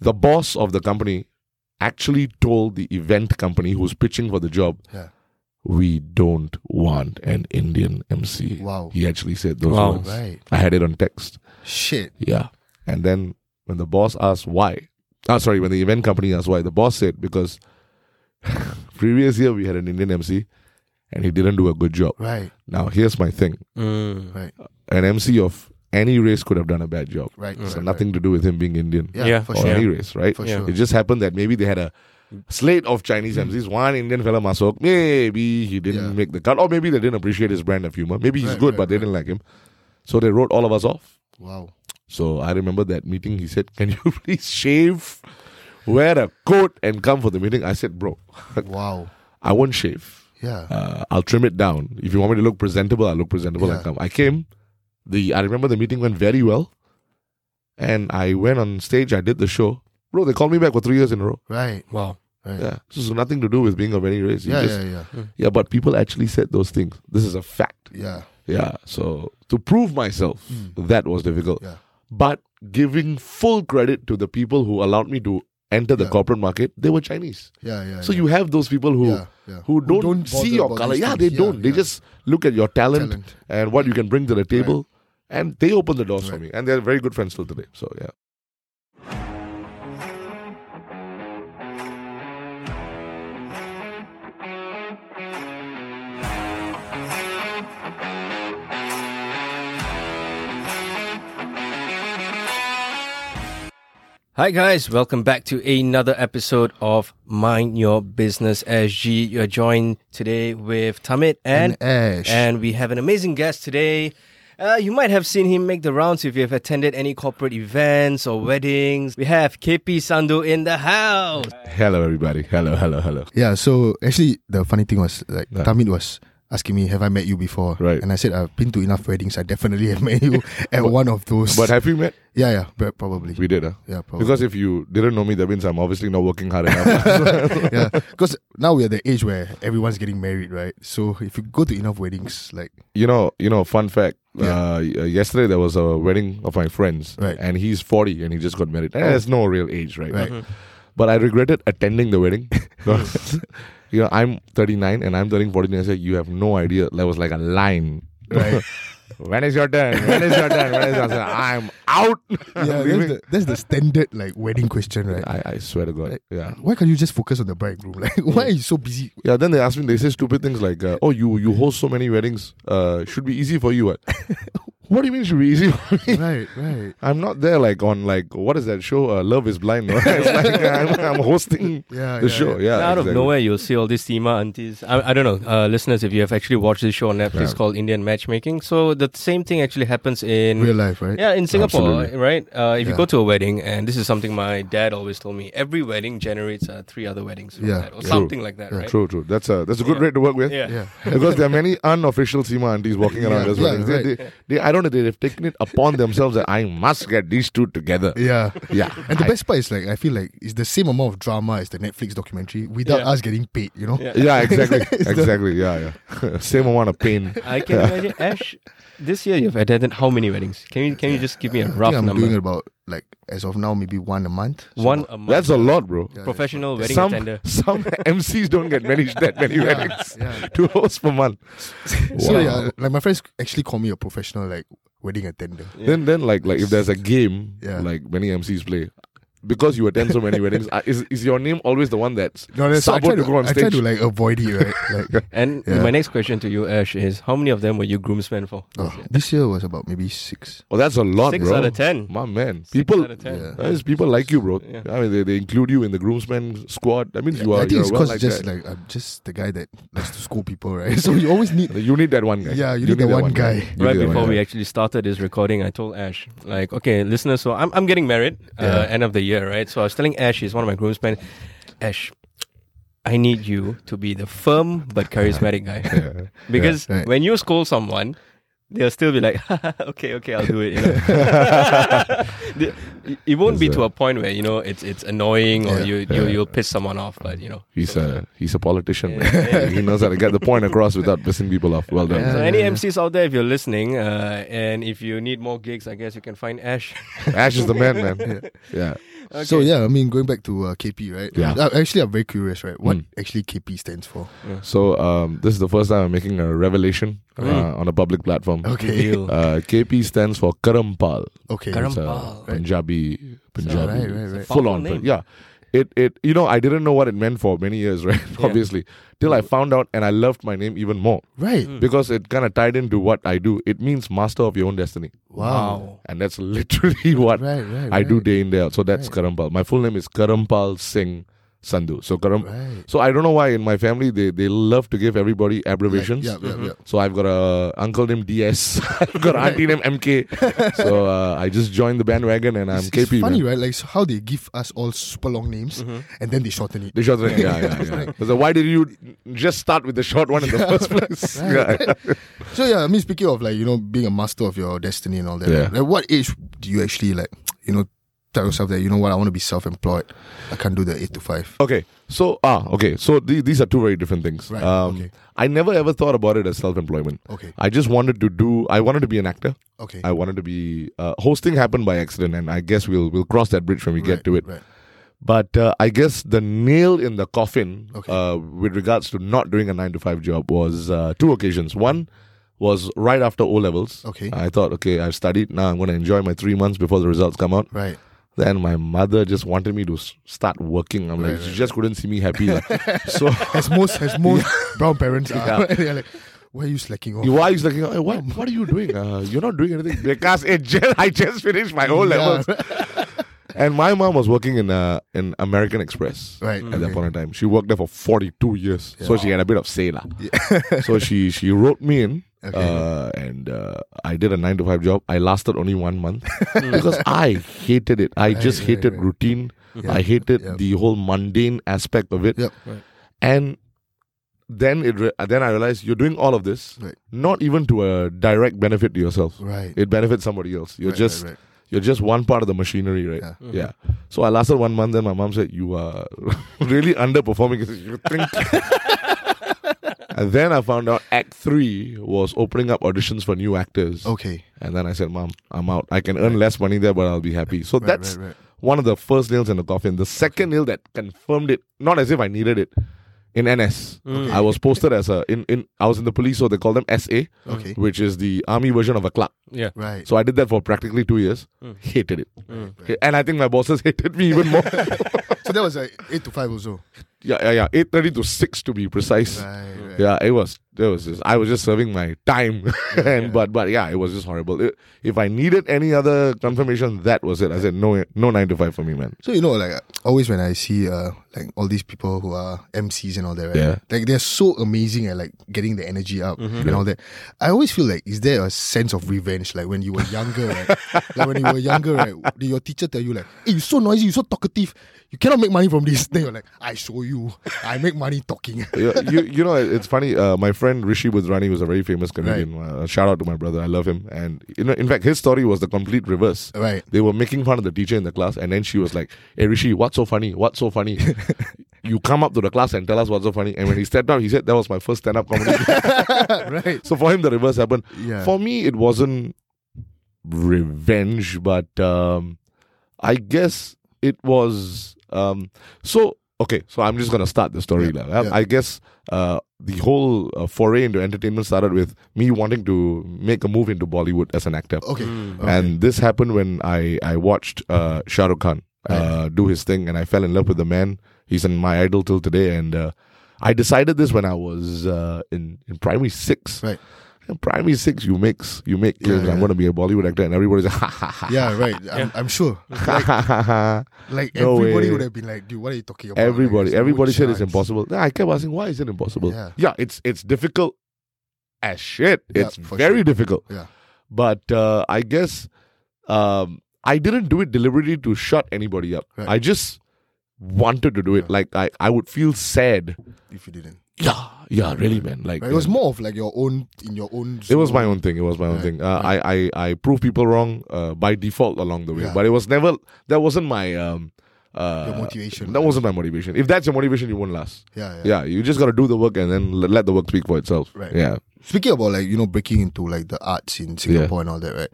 the boss of the company actually told the event company who was pitching for the job, Yeah. we don't want an Indian MC. Wow. He actually said those Wow. words. Right. I had it on text. Shit. Yeah. And then when the boss asked why, ah, sorry, when the event company asked why, the boss said because previous year we had an Indian MC and he didn't do a good job. Right. Now, here's my thing Mm. Right. an MC of any race could have done a bad job. Right. It's right, got nothing Oh, to do with him being Indian right. Yeah, Yeah. For or sure. any race, right? For Yeah. sure. It just happened that maybe they had a slate of Chinese MCs, one Indian fella Masok, maybe he didn't Hmm. Yeah. make the cut, or maybe they didn't appreciate his brand of humor. Maybe he's Right, good, right, but they didn't like him. So they wrote all of us off. Wow. So I remember that meeting. He said, Can you please shave, wear a coat, and come for the meeting? I said, Bro, Wow. I won't shave. Yeah. Uh, I'll trim it down. If you want me to look presentable, I'll look presentable and Yeah. come. I came. The I remember the meeting went very well. And I went on stage, I did the show. Bro, they called me back for three years in a row. Right. Wow. Right. Yeah. Yeah. This is nothing to do with being of any race. You Yeah, just- yeah. Yeah. yeah, but people actually said those things. This is a fact. Yeah. Hmm. Yeah. So to prove myself, that was difficult. Yeah. But giving full credit to the people who allowed me to enter the Yeah. corporate market, they were Chinese. Yeah. Yeah. So you have those people who Yeah, yeah. who Who don't, don't bother see your about color. these Yeah, things. they Yeah, don't. They yeah. just look at your talent, Talent. and what you can bring to the table, and they open the doors for Right. me. And they're very good friends till today. So yeah. Hi guys, welcome back to another episode of Mind Your Business SG. You're joined today with Tamit and And Ash. and we have an amazing guest today. Uh, you might have seen him make the rounds if you have attended any corporate events or weddings. We have KP Sandu in the house. Hello, everybody. Hello, hello, hello. Yeah, so actually, the funny thing was like Yeah. Tamit was asking me, "Have I met you before?" Right. And I said, "I've been to enough weddings. I definitely have met you at one of those." But have we met? yeah, yeah, but probably. We did, huh? yeah, probably. Because if you didn't know me, that means I'm obviously not working hard enough. yeah, because now we're at the age where everyone's getting married, right? So if you go to enough weddings, like you know, you know. Fun fact. Yeah. Uh, y- uh, yesterday there was a wedding of my friends, Right. and he's 40 and he just got married. And there's no real age, right? Right. But I regretted attending the wedding. you know, I'm 39 and I'm turning 40. And I said, you have no idea. That was like a line. right? When is your turn? When is your turn? When is your turn? I'm out. yeah, that's the, that's the standard like wedding question, right? I, I swear to God. Yeah. Why can't you just focus on the bride and groom? Like, why are you so busy? Yeah, then they ask me, they say stupid things like, uh, oh, you you host so many weddings. Uh, should be easy for you. What? what do you mean should be easy for me? right, right. I'm not there like on like what is that show? Uh, Love is Blind. no? it's like I'm, I'm hosting Yeah, the yeah, show. Yeah, Out exactly. of nowhere, you'll see all these Seema aunties. I, I don't know, uh, listeners, if you have actually watched this show on Netflix Yeah. called Indian Matchmaking. So the same thing actually happens in Real life, right? Yeah, in Singapore, Absolutely. right? Uh, if you Yeah. go to a wedding, and this is something my dad always told me, every wedding generates uh, three other weddings, from Yeah. that, or True. something like that, right? True, true. That's a that's a good Yeah. rate to work with. Yeah. Yeah. because there are many unofficial Sima aunties walking around Yeah, as yeah, well. They- right. they, they- I don't know, they've taken it upon themselves that I must get these two together. Yeah. Yeah. And the I- best part is like I feel like it's the same amount of drama as the Netflix documentary without Yeah. us getting paid, you know? Yeah. yeah, exactly. exactly. Yeah, yeah. Same amount of pain. I can imagine, Ash. This year you've attended how many weddings? Can you can you just give me a I rough think I'm doing number? about like as of now maybe one a month. So- One a month. That's a lot, bro. Yeah, professional wedding Some attender. some MCs don't get managed that many weddings yeah. to host per month. So Wow. yeah, like my friends actually call me a professional like wedding attendant. Then then like like if there's a game Yeah. like many MCs play. Because you attend so many weddings, uh, is, is your name always the one that's so I sabo try to to, go on I stage? try to like avoid it, right? Like And Yeah. my next question to you, Ash, is how many of them were you groomsmen for? oh, this year was about maybe six. oh, that's a lot, Six bro. out of ten. My man, Six people out of ten. Yeah. That is people like you, bro. Yeah. I mean, they, they include you in the groomsmen squad. That means you are. I think you're it's well because like just that. like I'm just the guy that likes to school people, right? So you always need you need that one guy. Yeah, you need that one guy. You right need that before one we guy. actually started this recording, I told Ash, like, okay, listeners, so I'm, I'm getting married uh, end of the year, right? So I was telling Ash, he's one of my groomsmen, Ash, I need you to be the firm but charismatic guy. because right. when you scold someone, they'll still be like, okay, okay, I'll do it. You know? The- it- it won't be Is to a point where, you know, it's it's annoying or Yeah. you, you, you'll piss someone off, but, you know. He's a he's a politician. man. he knows how to get the point across without pissing people off. Well done. So Yeah. any MCs out there, if you're listening, uh, and if you need more gigs, I guess you can find Ash. Ash is the man, man. Yeah, So yeah, I mean, going back to uh, KP, right? Yeah. Hmm. Uh, actually, I'm very curious, right? What actually KP stands for? So um, this is the first time I'm making a revelation uh, on a public platform. Mm. Okay. Deal. Uh, KP stands for Karampal. Okay. Karam- It's a Karampal. Punjabi, Punjabi, right, right, right. full on. Powerful name. Yeah, it it you know I didn't know what it meant for many years, right? Obviously, till Mm. I found out, and I loved my name even more Right. Hmm. because it kind of tied into what I do. It means master of your own destiny, Wow. and that's literally what Right, right. I right. do day in day out. So that's Karampal. My full name is Karampal Singh Sandhu. So Karam. Right. So I don't know why in my family they they love to give everybody abbreviations. Yeah, yeah, yeah. So I've got a uncle named DS. I've got auntie named MK. so uh, I just joined the bandwagon and I'm It's, it's KP. man. funny, right? Like so how they give us all super long names Mm-hmm. and then they shorten it. The short one, yeah, yeah, yeah. Because why did you just start with the short one in the first place? Yeah. So yeah, I mean, speaking of like you know being a master of your destiny and all that, Yeah. right? like what age do you actually like you know tell yourself that you know what I want to be self-employed, I can't do the eight to five. Okay, so ah, okay, so the- these are two very different things. Right, Um, okay. I never ever thought about it as self-employment. Okay, I just wanted to do. I wanted to be an actor. okay. I wanted to be uh, hosting happened by accident, and I guess we'll we'll cross that bridge when we get Right, to it. Right. But uh, I guess the nail in the coffin Okay. uh, with regards to not doing a nine to five job was uh, two occasions. One was right after O levels. Okay. I thought, okay, I've studied. Now I'm going to enjoy my three months before the results come out. Right. Then my mother just wanted me to s- start working. I'm like, she just couldn't see me happy. lah. so As most as most brown parents are, they're like, why are you slacking off? you why is like, hey, what, what are you doing? Uh, you're not doing anything because it just, I just finished my O levels. And my mom was working in uh, in American Express. Right. at that okay. point in time. She worked there for 42 years, so she had a bit of say lah. so she she wrote me in, uh, and uh, I did a nine to five job. I lasted only one month because I hated it. I just right, hated right. routine. Yeah, I hated yeah. the whole mundane aspect of it. Yep. And then it re- then I realized you're doing all of this Right. not even to a direct benefit to yourself. Right. It benefits somebody else. You're Right, just right, right. you're just one part of the machinery, right? Yeah. Yeah. Mm-hmm. So I lasted one month, and my mom said, "You are really underperforming." as You think? and then I found out Act Three was opening up auditions for new actors. Okay. And then I said, "Mom, I'm out. I can earn less money there, but I'll be happy." So Right, that's right, right. one of the first nails in the coffin. The second nail that confirmed it, not as if I needed it, in NS, I was posted as a in in I was in the police, so they call them SA, Okay. which is the army version of a clerk. Yeah. Right. So I did that for practically two years. Hated it, and I think my bosses hated me even more. So that was like eight to five also. yeah, yeah, yeah. Eight thirty to six to be precise. Right. Right. Yeah, it was. It was. Just, I was just serving my time, and but but yeah, it was just horrible. It- if I needed any other confirmation, that was it. I said no, no nine to five for me, man. So you know, like uh, always when I see uh like all these people who are MCs and all that, right? Yeah. Like they're so amazing at like getting the energy up and all that. I always feel like is there a sense of revenge? Like when you were younger, right? like when you were younger, right? Did your teacher tell you like, "Hey, you're so noisy, you're so talkative, you cannot make money from this." Then you're like, "I show you, I make money talking." you, you, you know, it's funny. Uh, my friend Rishi Budrani was a very famous comedian. Uh, shout out to my brother. I love him. And you know, in fact, his story was the complete reverse. Right. They were making fun of the teacher in the class, and then she was like, "Hey Rishi, what's so funny? What's so funny? you come up to the class and tell us what's so funny." And when he stepped up, he said, "That was my first stand-up comedy." right. so for him, the reverse happened. Yeah. For me, it wasn't revenge, but um, I guess it was. Um, so okay, so I'm just gonna start the story. Yeah, lah. yeah. I guess uh, the whole uh, foray into entertainment started with me wanting to make a move into Bollywood as an actor, Okay. Um, and this happened when I I watched uh, Shah Rukh Khan uh, do his thing, and I fell in love with the man. He's in my idol till today, and. Uh, I decided this when I was uh, in in primary six. Right. In primary six, you mix, you make claims. yeah. I'm going to be a Bollywood actor, and everybody's like, ha ha ha. Yeah. Right. I'm, I'm sure. ha, ha, ha, ha. Like No everybody way. would have been like, "Dude, what are you talking about?" Like, Everybody, there's no everybody said it's chance. impossible. Nah, I kept asking, why is it impossible? Yeah. it's it's difficult as shit. Yeah, it's for very sure. difficult. Yeah. But uh, I guess um, I didn't do it deliberately to shut anybody up. Right. I just wanted to do it. Like I, I would feel sad. If you didn't, Yeah, yeah, really, man. Like uh, right? it was more of like your own in your own. It was zone. my own thing. It was my own Right, thing. Uh, I, I I prove people wrong uh, by default along the way, Yeah. but it was never that wasn't my um uh Your motivation. That wasn't my motivation. If that's your motivation, you won't last. Yeah, yeah. Yeah, you just gotta do the work and then l- let the work speak for itself. Right. Yeah. Speaking about like you know breaking into like the arts in Singapore and all that, right?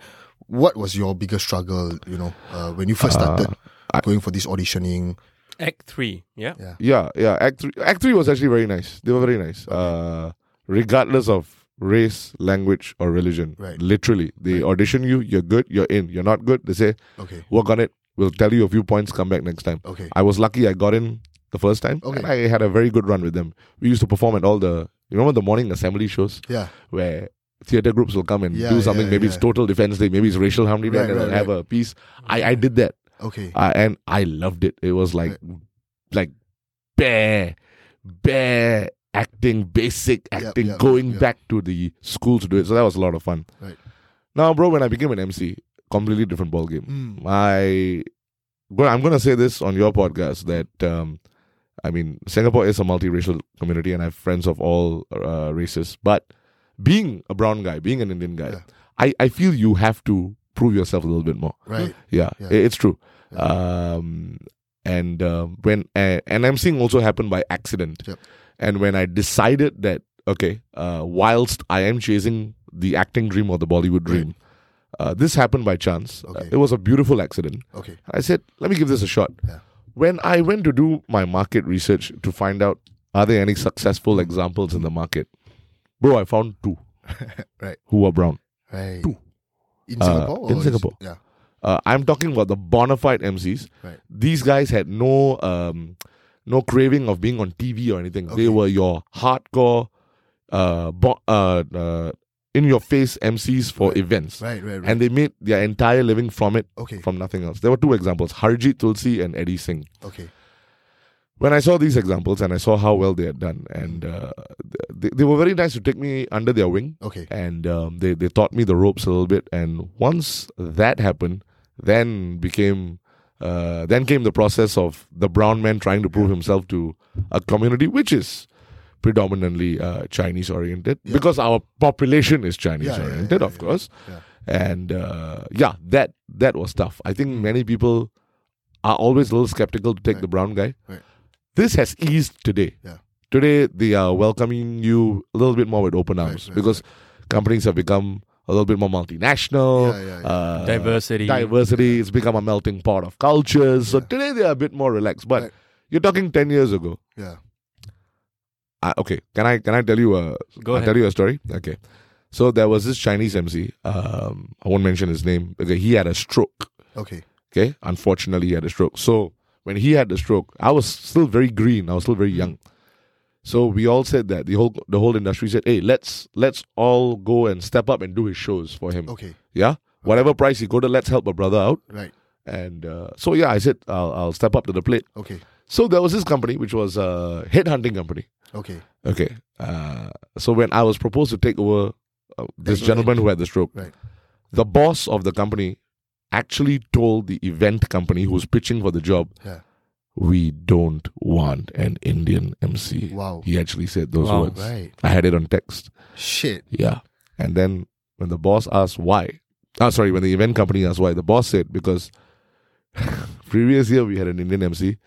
What was your biggest struggle? You know, uh, when you first started. going for this auditioning. Act three. Yeah. Yeah. Yeah, yeah. Act three, Act three was actually very nice. They were very nice. Uh, regardless of race, language, or religion. Right. Literally, they audition you. You're good. You're in. You're not good. They say Okay. work on it. We'll tell you a few points. Come back next time. Okay. I was lucky. I got in the first time, Okay. and I had a very good run with them. We used to perform at all the you remember the morning assembly shows Yeah. where theater groups will come and Yeah, do something. yeah, maybe it's yeah. total defense day. Maybe it's racial harmony day. Right, and right, they'll have a piece. I I did that Okay. uh, and I loved it. It was like like bare bare acting, basic Yep, acting, yep, going yep. back to the school to do it. So that was a lot of fun. Right. Now, bro, when I became an MC, completely different ball game. Mm. I well, I'm gonna say this on your podcast that um, I mean Singapore is a multiracial community and I have friends of all uh, races, but being a brown guy, being an Indian guy, Yeah. I, I feel you have to prove yourself a little bit more. Right. Yeah, Yeah. i- it's true. Yeah. Um, and um when uh, and I'm seeing also happen by accident. Yep. And when I decided that okay, uh, whilst I am chasing the acting dream or the Bollywood dream, uh, this happened by chance. Uh, Okay. it was a beautiful accident. Okay. I said, let me give this a shot. Yeah. When I went to do my market research to find out are there any successful examples in the market, bro, I found two. Right. Who are brown. Right. Two. In Uh, Singapore. or in is- Singapore. Yeah. Uh, I'm talking about the bona fide MCs. Right. These guys had no um, no craving of being on TV or anything. They Okay. were your hardcore, uh, bo- uh, uh, in your face MCs for Right. events, Right. Right. Right. and they made their entire living from it, okay. from nothing else. There were two examples: Harjit Tulsi and Eddie Singh okay. when I saw these examples and I saw how well they had done, and uh, they, they were very nice to take me under their wing, Okay. and um, they they taught me the ropes a little bit. And once that happened, then became uh, then came the process of the brown man trying to prove himself to a community which is predominantly uh, Chinese oriented Yeah. because our population is Chinese Yeah, yeah, oriented, yeah, of yeah, course. yeah. And uh, yeah, that that was tough. I think many people are always a little skeptical to take Right. the brown guy. Right. This has eased today. Yeah. Today they are welcoming you a little bit more with open Right, arms right, because companies have become a little bit more multinational. Yeah, yeah, yeah. Uh, Diversity. Diversity. It's become a melting pot of cultures. So today they are a bit more relaxed. But Right. you're talking ten years ago. Yeah. I, okay, can I can I tell you a Go I'll ahead. tell you a story. Okay. So there was this Chinese MC. Um, I won't mention his name. Okay, he had a stroke. Okay. Okay. Unfortunately, he had a stroke. So when he had the stroke, I was still very green. I was still very Mm. young. So we all said that the whole the whole industry said, "Hey, let's let's all go and step up and do his shows for him. Okay. Yeah, whatever price he go to, let's help a brother out." Right. And uh, so yeah, I said I'll, I'll step up to the plate. Okay. So there was this company which was a headhunting company. Okay. Okay. Uh, so when I was proposed to take over uh, this Right. gentleman who had the stroke, Right. the boss of the company actually told the event company who was pitching for the job, Yeah. "We don't want an Indian MC." Wow. He actually said those Wow. words. Right. I had it on text. Shit. Yeah. And then when the boss asked why, ah, sorry, when the event company asked why, the boss said because previous year we had an Indian MC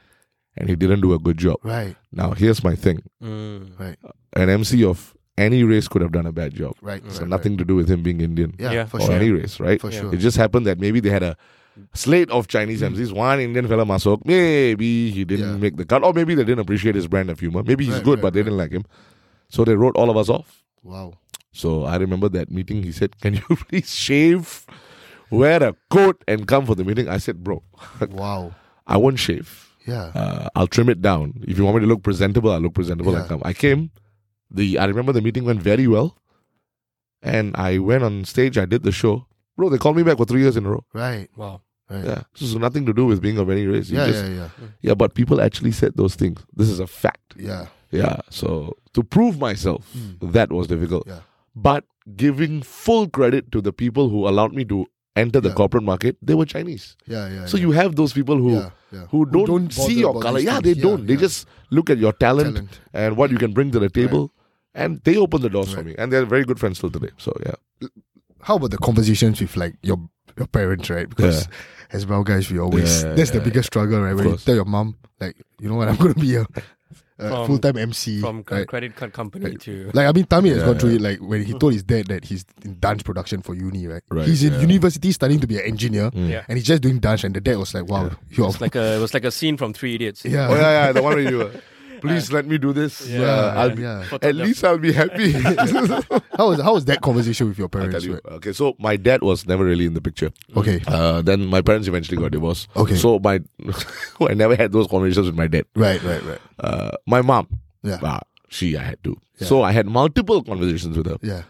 and he didn't do a good job. Right. Now here's my thing Mm. an MC of any race could have done a bad job. Right. So right, nothing to do with him being Indian right. Yeah, Yeah. For or sure. any race, right? For Yeah. sure. Mm. It just happened that maybe they had a slate of Chinese MCs, one Indian fella Masok, maybe he didn't Yeah. make the cut, or maybe they didn't appreciate his brand of humor. Maybe he's Right, good, right, but they right. didn't like him. So they wrote all of us off. Wow. So I remember that meeting. He said, Can you please shave, wear a coat, and come for the meeting? I said, Bro, Wow. I won't shave. Yeah. Uh, I'll trim it down. If you want me to look presentable, I'll look presentable and Yeah. come. I came. The I remember the meeting went very well, and I went on stage. I did the show, bro. They called me back for three years in a row. Right. Wow. Right. Yeah, so it's nothing to do with being of any race. You Yeah. just- yeah. Yeah. yeah, But people actually said those things. This is a fact. Yeah. Hmm. Yeah. So to prove myself, that was difficult. Yeah. But giving full credit to the people who allowed me to enter the Yeah. corporate market, they were Chinese. Yeah. Yeah. So you have those people who Yeah, yeah. who don't, bother see your about color. these Yeah, they things. don't. They yeah. just look at your talent, Talent. and what you can bring to the table, and they open the doors for Right. me. And they're very good friends till today. So yeah, How about the conversations with like your your parents, right? Because as brown guys, we always Yeah, that's the yeah, biggest struggle, right? When you course. tell your mom, like, you know what, I'm gonna be a uh, From- full time MC. from c- right? credit card company to Like I mean, Tami has Yeah, gone through it. Like when he Mm. told his dad that he's in dance production for uni, right? Right, he's in yeah. university studying to be an engineer, Mm. Hmm. Yeah. and he's just doing dance. And the dad was like, "Wow, you're it's like a it was like a scene from Three Idiots. yeah, Oh yeah, yeah, the one where you. uh, Please let me do this. yeah, Oh, Yeah, I'll yeah. be, Yeah. At least I'll be happy. How was how was that conversation with your I tell parents? you. right? Okay, so my dad was never really in the picture. Okay, Uh, then my parents eventually got divorced. Okay. So my, I never had those conversations with my dad. right, right, right. Uh, my mom, Yeah, ah, she I had to. So I had multiple conversations with her. yeah,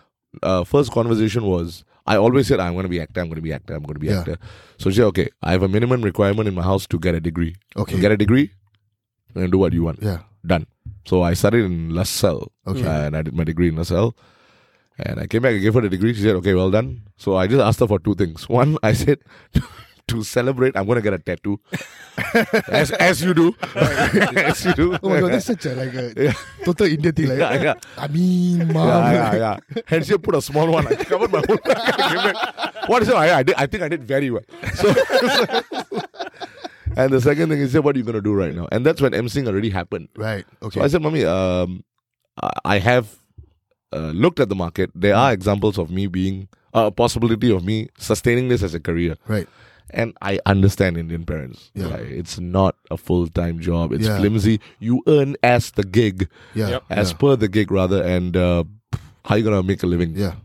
uh, first conversation was I always said I'm going to be actor, I'm going to be actor, I'm going to be Yeah. actor. So she said, okay, I have a minimum requirement in my house to get a degree. Okay. You get a degree, and do what you want. yeah. Done. So I started in LaSalle, Okay. uh, and I did my degree in LaSalle. And I came back, I gave her the degree. She said, okay, well done. So I just asked her for two things. One, I said. To celebrate, I'm gonna get a tattoo, as as you do, as you do. Oh my god, that's such a like a Yeah. total Indian thing. Like, Yeah, yeah. I mean, mom. Yeah, yeah, yeah. And she put a small one. I covered my whole back. I came back. What is it? I, I, did, I think I did very well. So, and the second thing is, what are you going to do right now? And that's when emceeing already happened. Right. Okay. So I said, Mommy, um, I- I have uh, looked at the market. There are examples of me being, uh, a possibility of me sustaining this as a career. right. And I understand Indian parents. Yeah. Like, it's not a full time job, it's Yeah. flimsy. You earn as the gig Yeah. Yep. as yeah. per the gig rather and uh, how you gonna make a living yeah.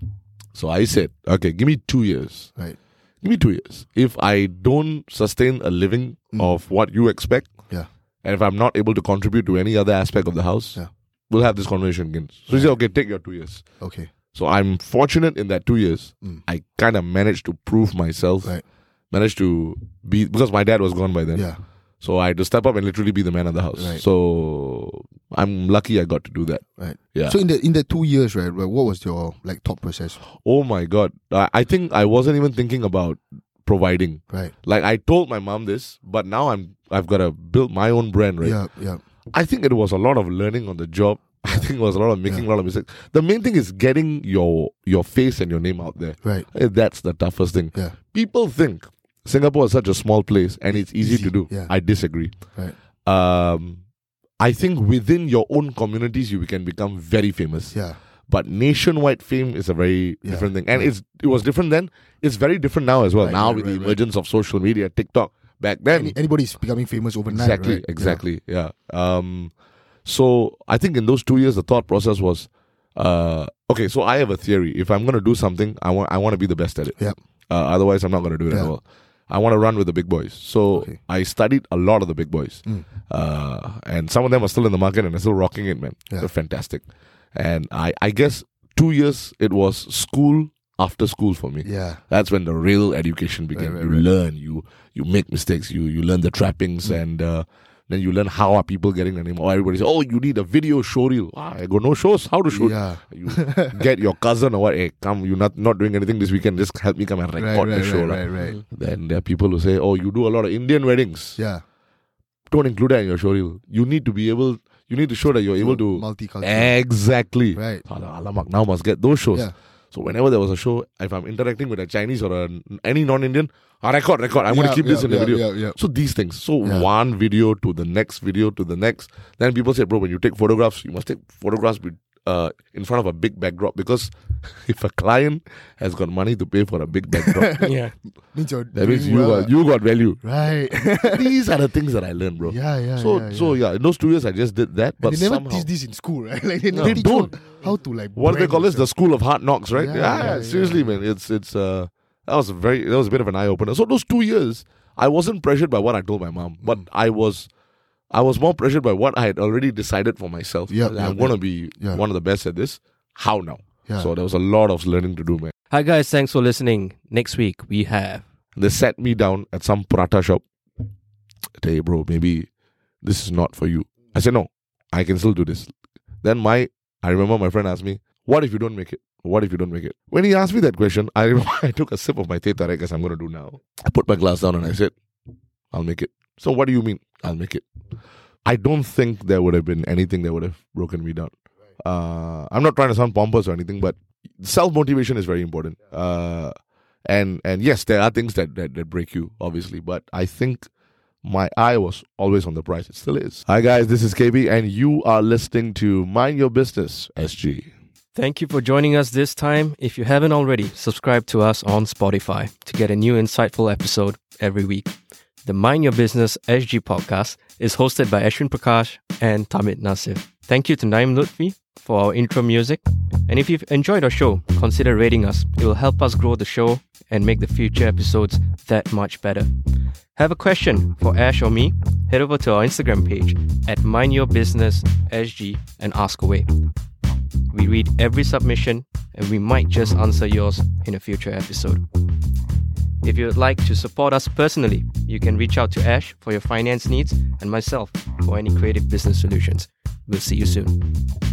so i said okay give me two years Right. give me two years if i don't sustain a living of what you expect Mm. Yeah. and if i'm not able to contribute to any other aspect of the house Yeah. we'll have this conversation again so he said okay take your two years Okay. so i'm fortunate in that two years Mm. i kind of managed to prove myself Right. managed to be because my dad was gone by then Yeah. so i had to step up and literally be the man of the house Right. so i'm lucky i got to do that Right. yeah So in the in the two years, right, right, what was your like thought process? oh my god I, I think i wasn't even thinking about providing Right. like i told my mom this but now i'm i've got to build my own brand right Yeah. Yeah. i think it was a lot of learning on the job i think it was a lot of making a lot of mistakes the main thing is getting your your face and your name out there Right. Eh, that's the toughest thing Yeah. people think singapore is such a small place and it's easy, Easy, to do yeah. i disagree Right. um i think within your own communities you can become very famous Yeah. but nationwide fame is a very Yeah. different thing, and it's it was different then. It's very different now as well. Right, now right, with right, the right. emergence of social media, TikTok. Back then, Any, anybody's becoming famous overnight. exactly, right? exactly, yeah. Um, so I think in those two years, the thought process was, uh, okay. So I have a theory. If I'm going to do something, I want I want to be the best at it. Yep. Uh, otherwise, I'm not going to do it at Yeah. all. I want to run with the big boys. So Okay. I studied a lot of the big boys, Mm. uh, and some of them are still in the market and are still rocking it, man. Yeah. They're fantastic. And I, I guess two years it was school after school for me. Yeah. Yeah. That's when the real education began. right, you right. Mm. learn, you you make mistakes, you you learn the trappings, and uh, then you learn how are people getting the name. Or everybody says, "Oh, you need a video showreel." Ah, I go, "No shows. How to shoot?" Yeah. You get your cousin or what? Hey, come. You're not not doing anything this weekend. Just help me come and Right. record Right. the Right. show. mm-hmm. Right. lah. Right. right. Then there are people who say, "Oh, you do a lot of Indian weddings. Yeah. Don't include that in your showreel. You need to be able. You need to show that you're able to." multicultural. Exactly. Right. Ala- Alamak, now must get those shows. Yeah. So whenever there was a show, if I'm interacting with a Chinese or a, any non-Indian, I record, record. I'm going Yeah, to keep this yeah, in the yeah, video. yeah, yeah. So these things. So Yeah. one video to the next video to the next. Then people say, bro, when you take photographs, you must take photographs with, uh, in front of a big backdrop because if a client has got money to pay for a big backdrop, yeah. Means you're that means doing you well. got you got value. Right. These are the things that I learned, bro. yeah. Yeah. so yeah, yeah. so yeah, in those two years I just did that, but And they never somehow. teach this in school, right? Like they, No. never They teach you don't. how to like. what do they brand call this? The yourself. school of hard knocks, right? Yeah, Yeah, yeah, yeah. seriously, man. It's it's uh that was a very that was a bit of an eye opener. So those two years, I wasn't pressured by what I told my mom, but Mm. I was I was more pressured by what I had already decided for myself. Yeah, That yeah, I'm gonna be Yeah. one of the best at this. How now? Yeah. So there was a lot of learning to do, man. Hi guys, thanks for listening. Next week we have They sat me down at some paratha shop. Said, Hey bro, maybe this is not for you. I said, No, I can still do this. Then my I remember my friend asked me, What if you don't make it? What if you don't make it? When he asked me that question, I remember I took a sip of my teh tarik as I'm gonna do now. I put my glass down and I said, I'll make it. So what do you mean? I'll make it. I don't think there would have been anything that would have broken me down. Uh, I'm not trying to sound pompous or anything, but self motivation is very important. Uh, and and yes, there are things that, that that break you, obviously, but I think my eye was always on the prize. It still is. Hi, guys. This is KB, and you are listening to Mind Your Business SG. Thank you for joining us this time. If you haven't already, subscribe to us on Spotify to get a new insightful episode every week. The Mind Your Business SG podcast is hosted by Ashwin Prakash and Tamit Nasif. Thank you to Naim Lutfi for our intro music. And if you've enjoyed our show, consider rating us. It will help us grow the show and make the future episodes that much better. Have a question for Ash or me? Head over to our Instagram page at Mind Your Business SG and ask away. We read every submission and we might just answer yours in a future episode. If you would like to support us personally, you can reach out to Ash for your finance needs and myself for any creative business solutions. We'll see you soon.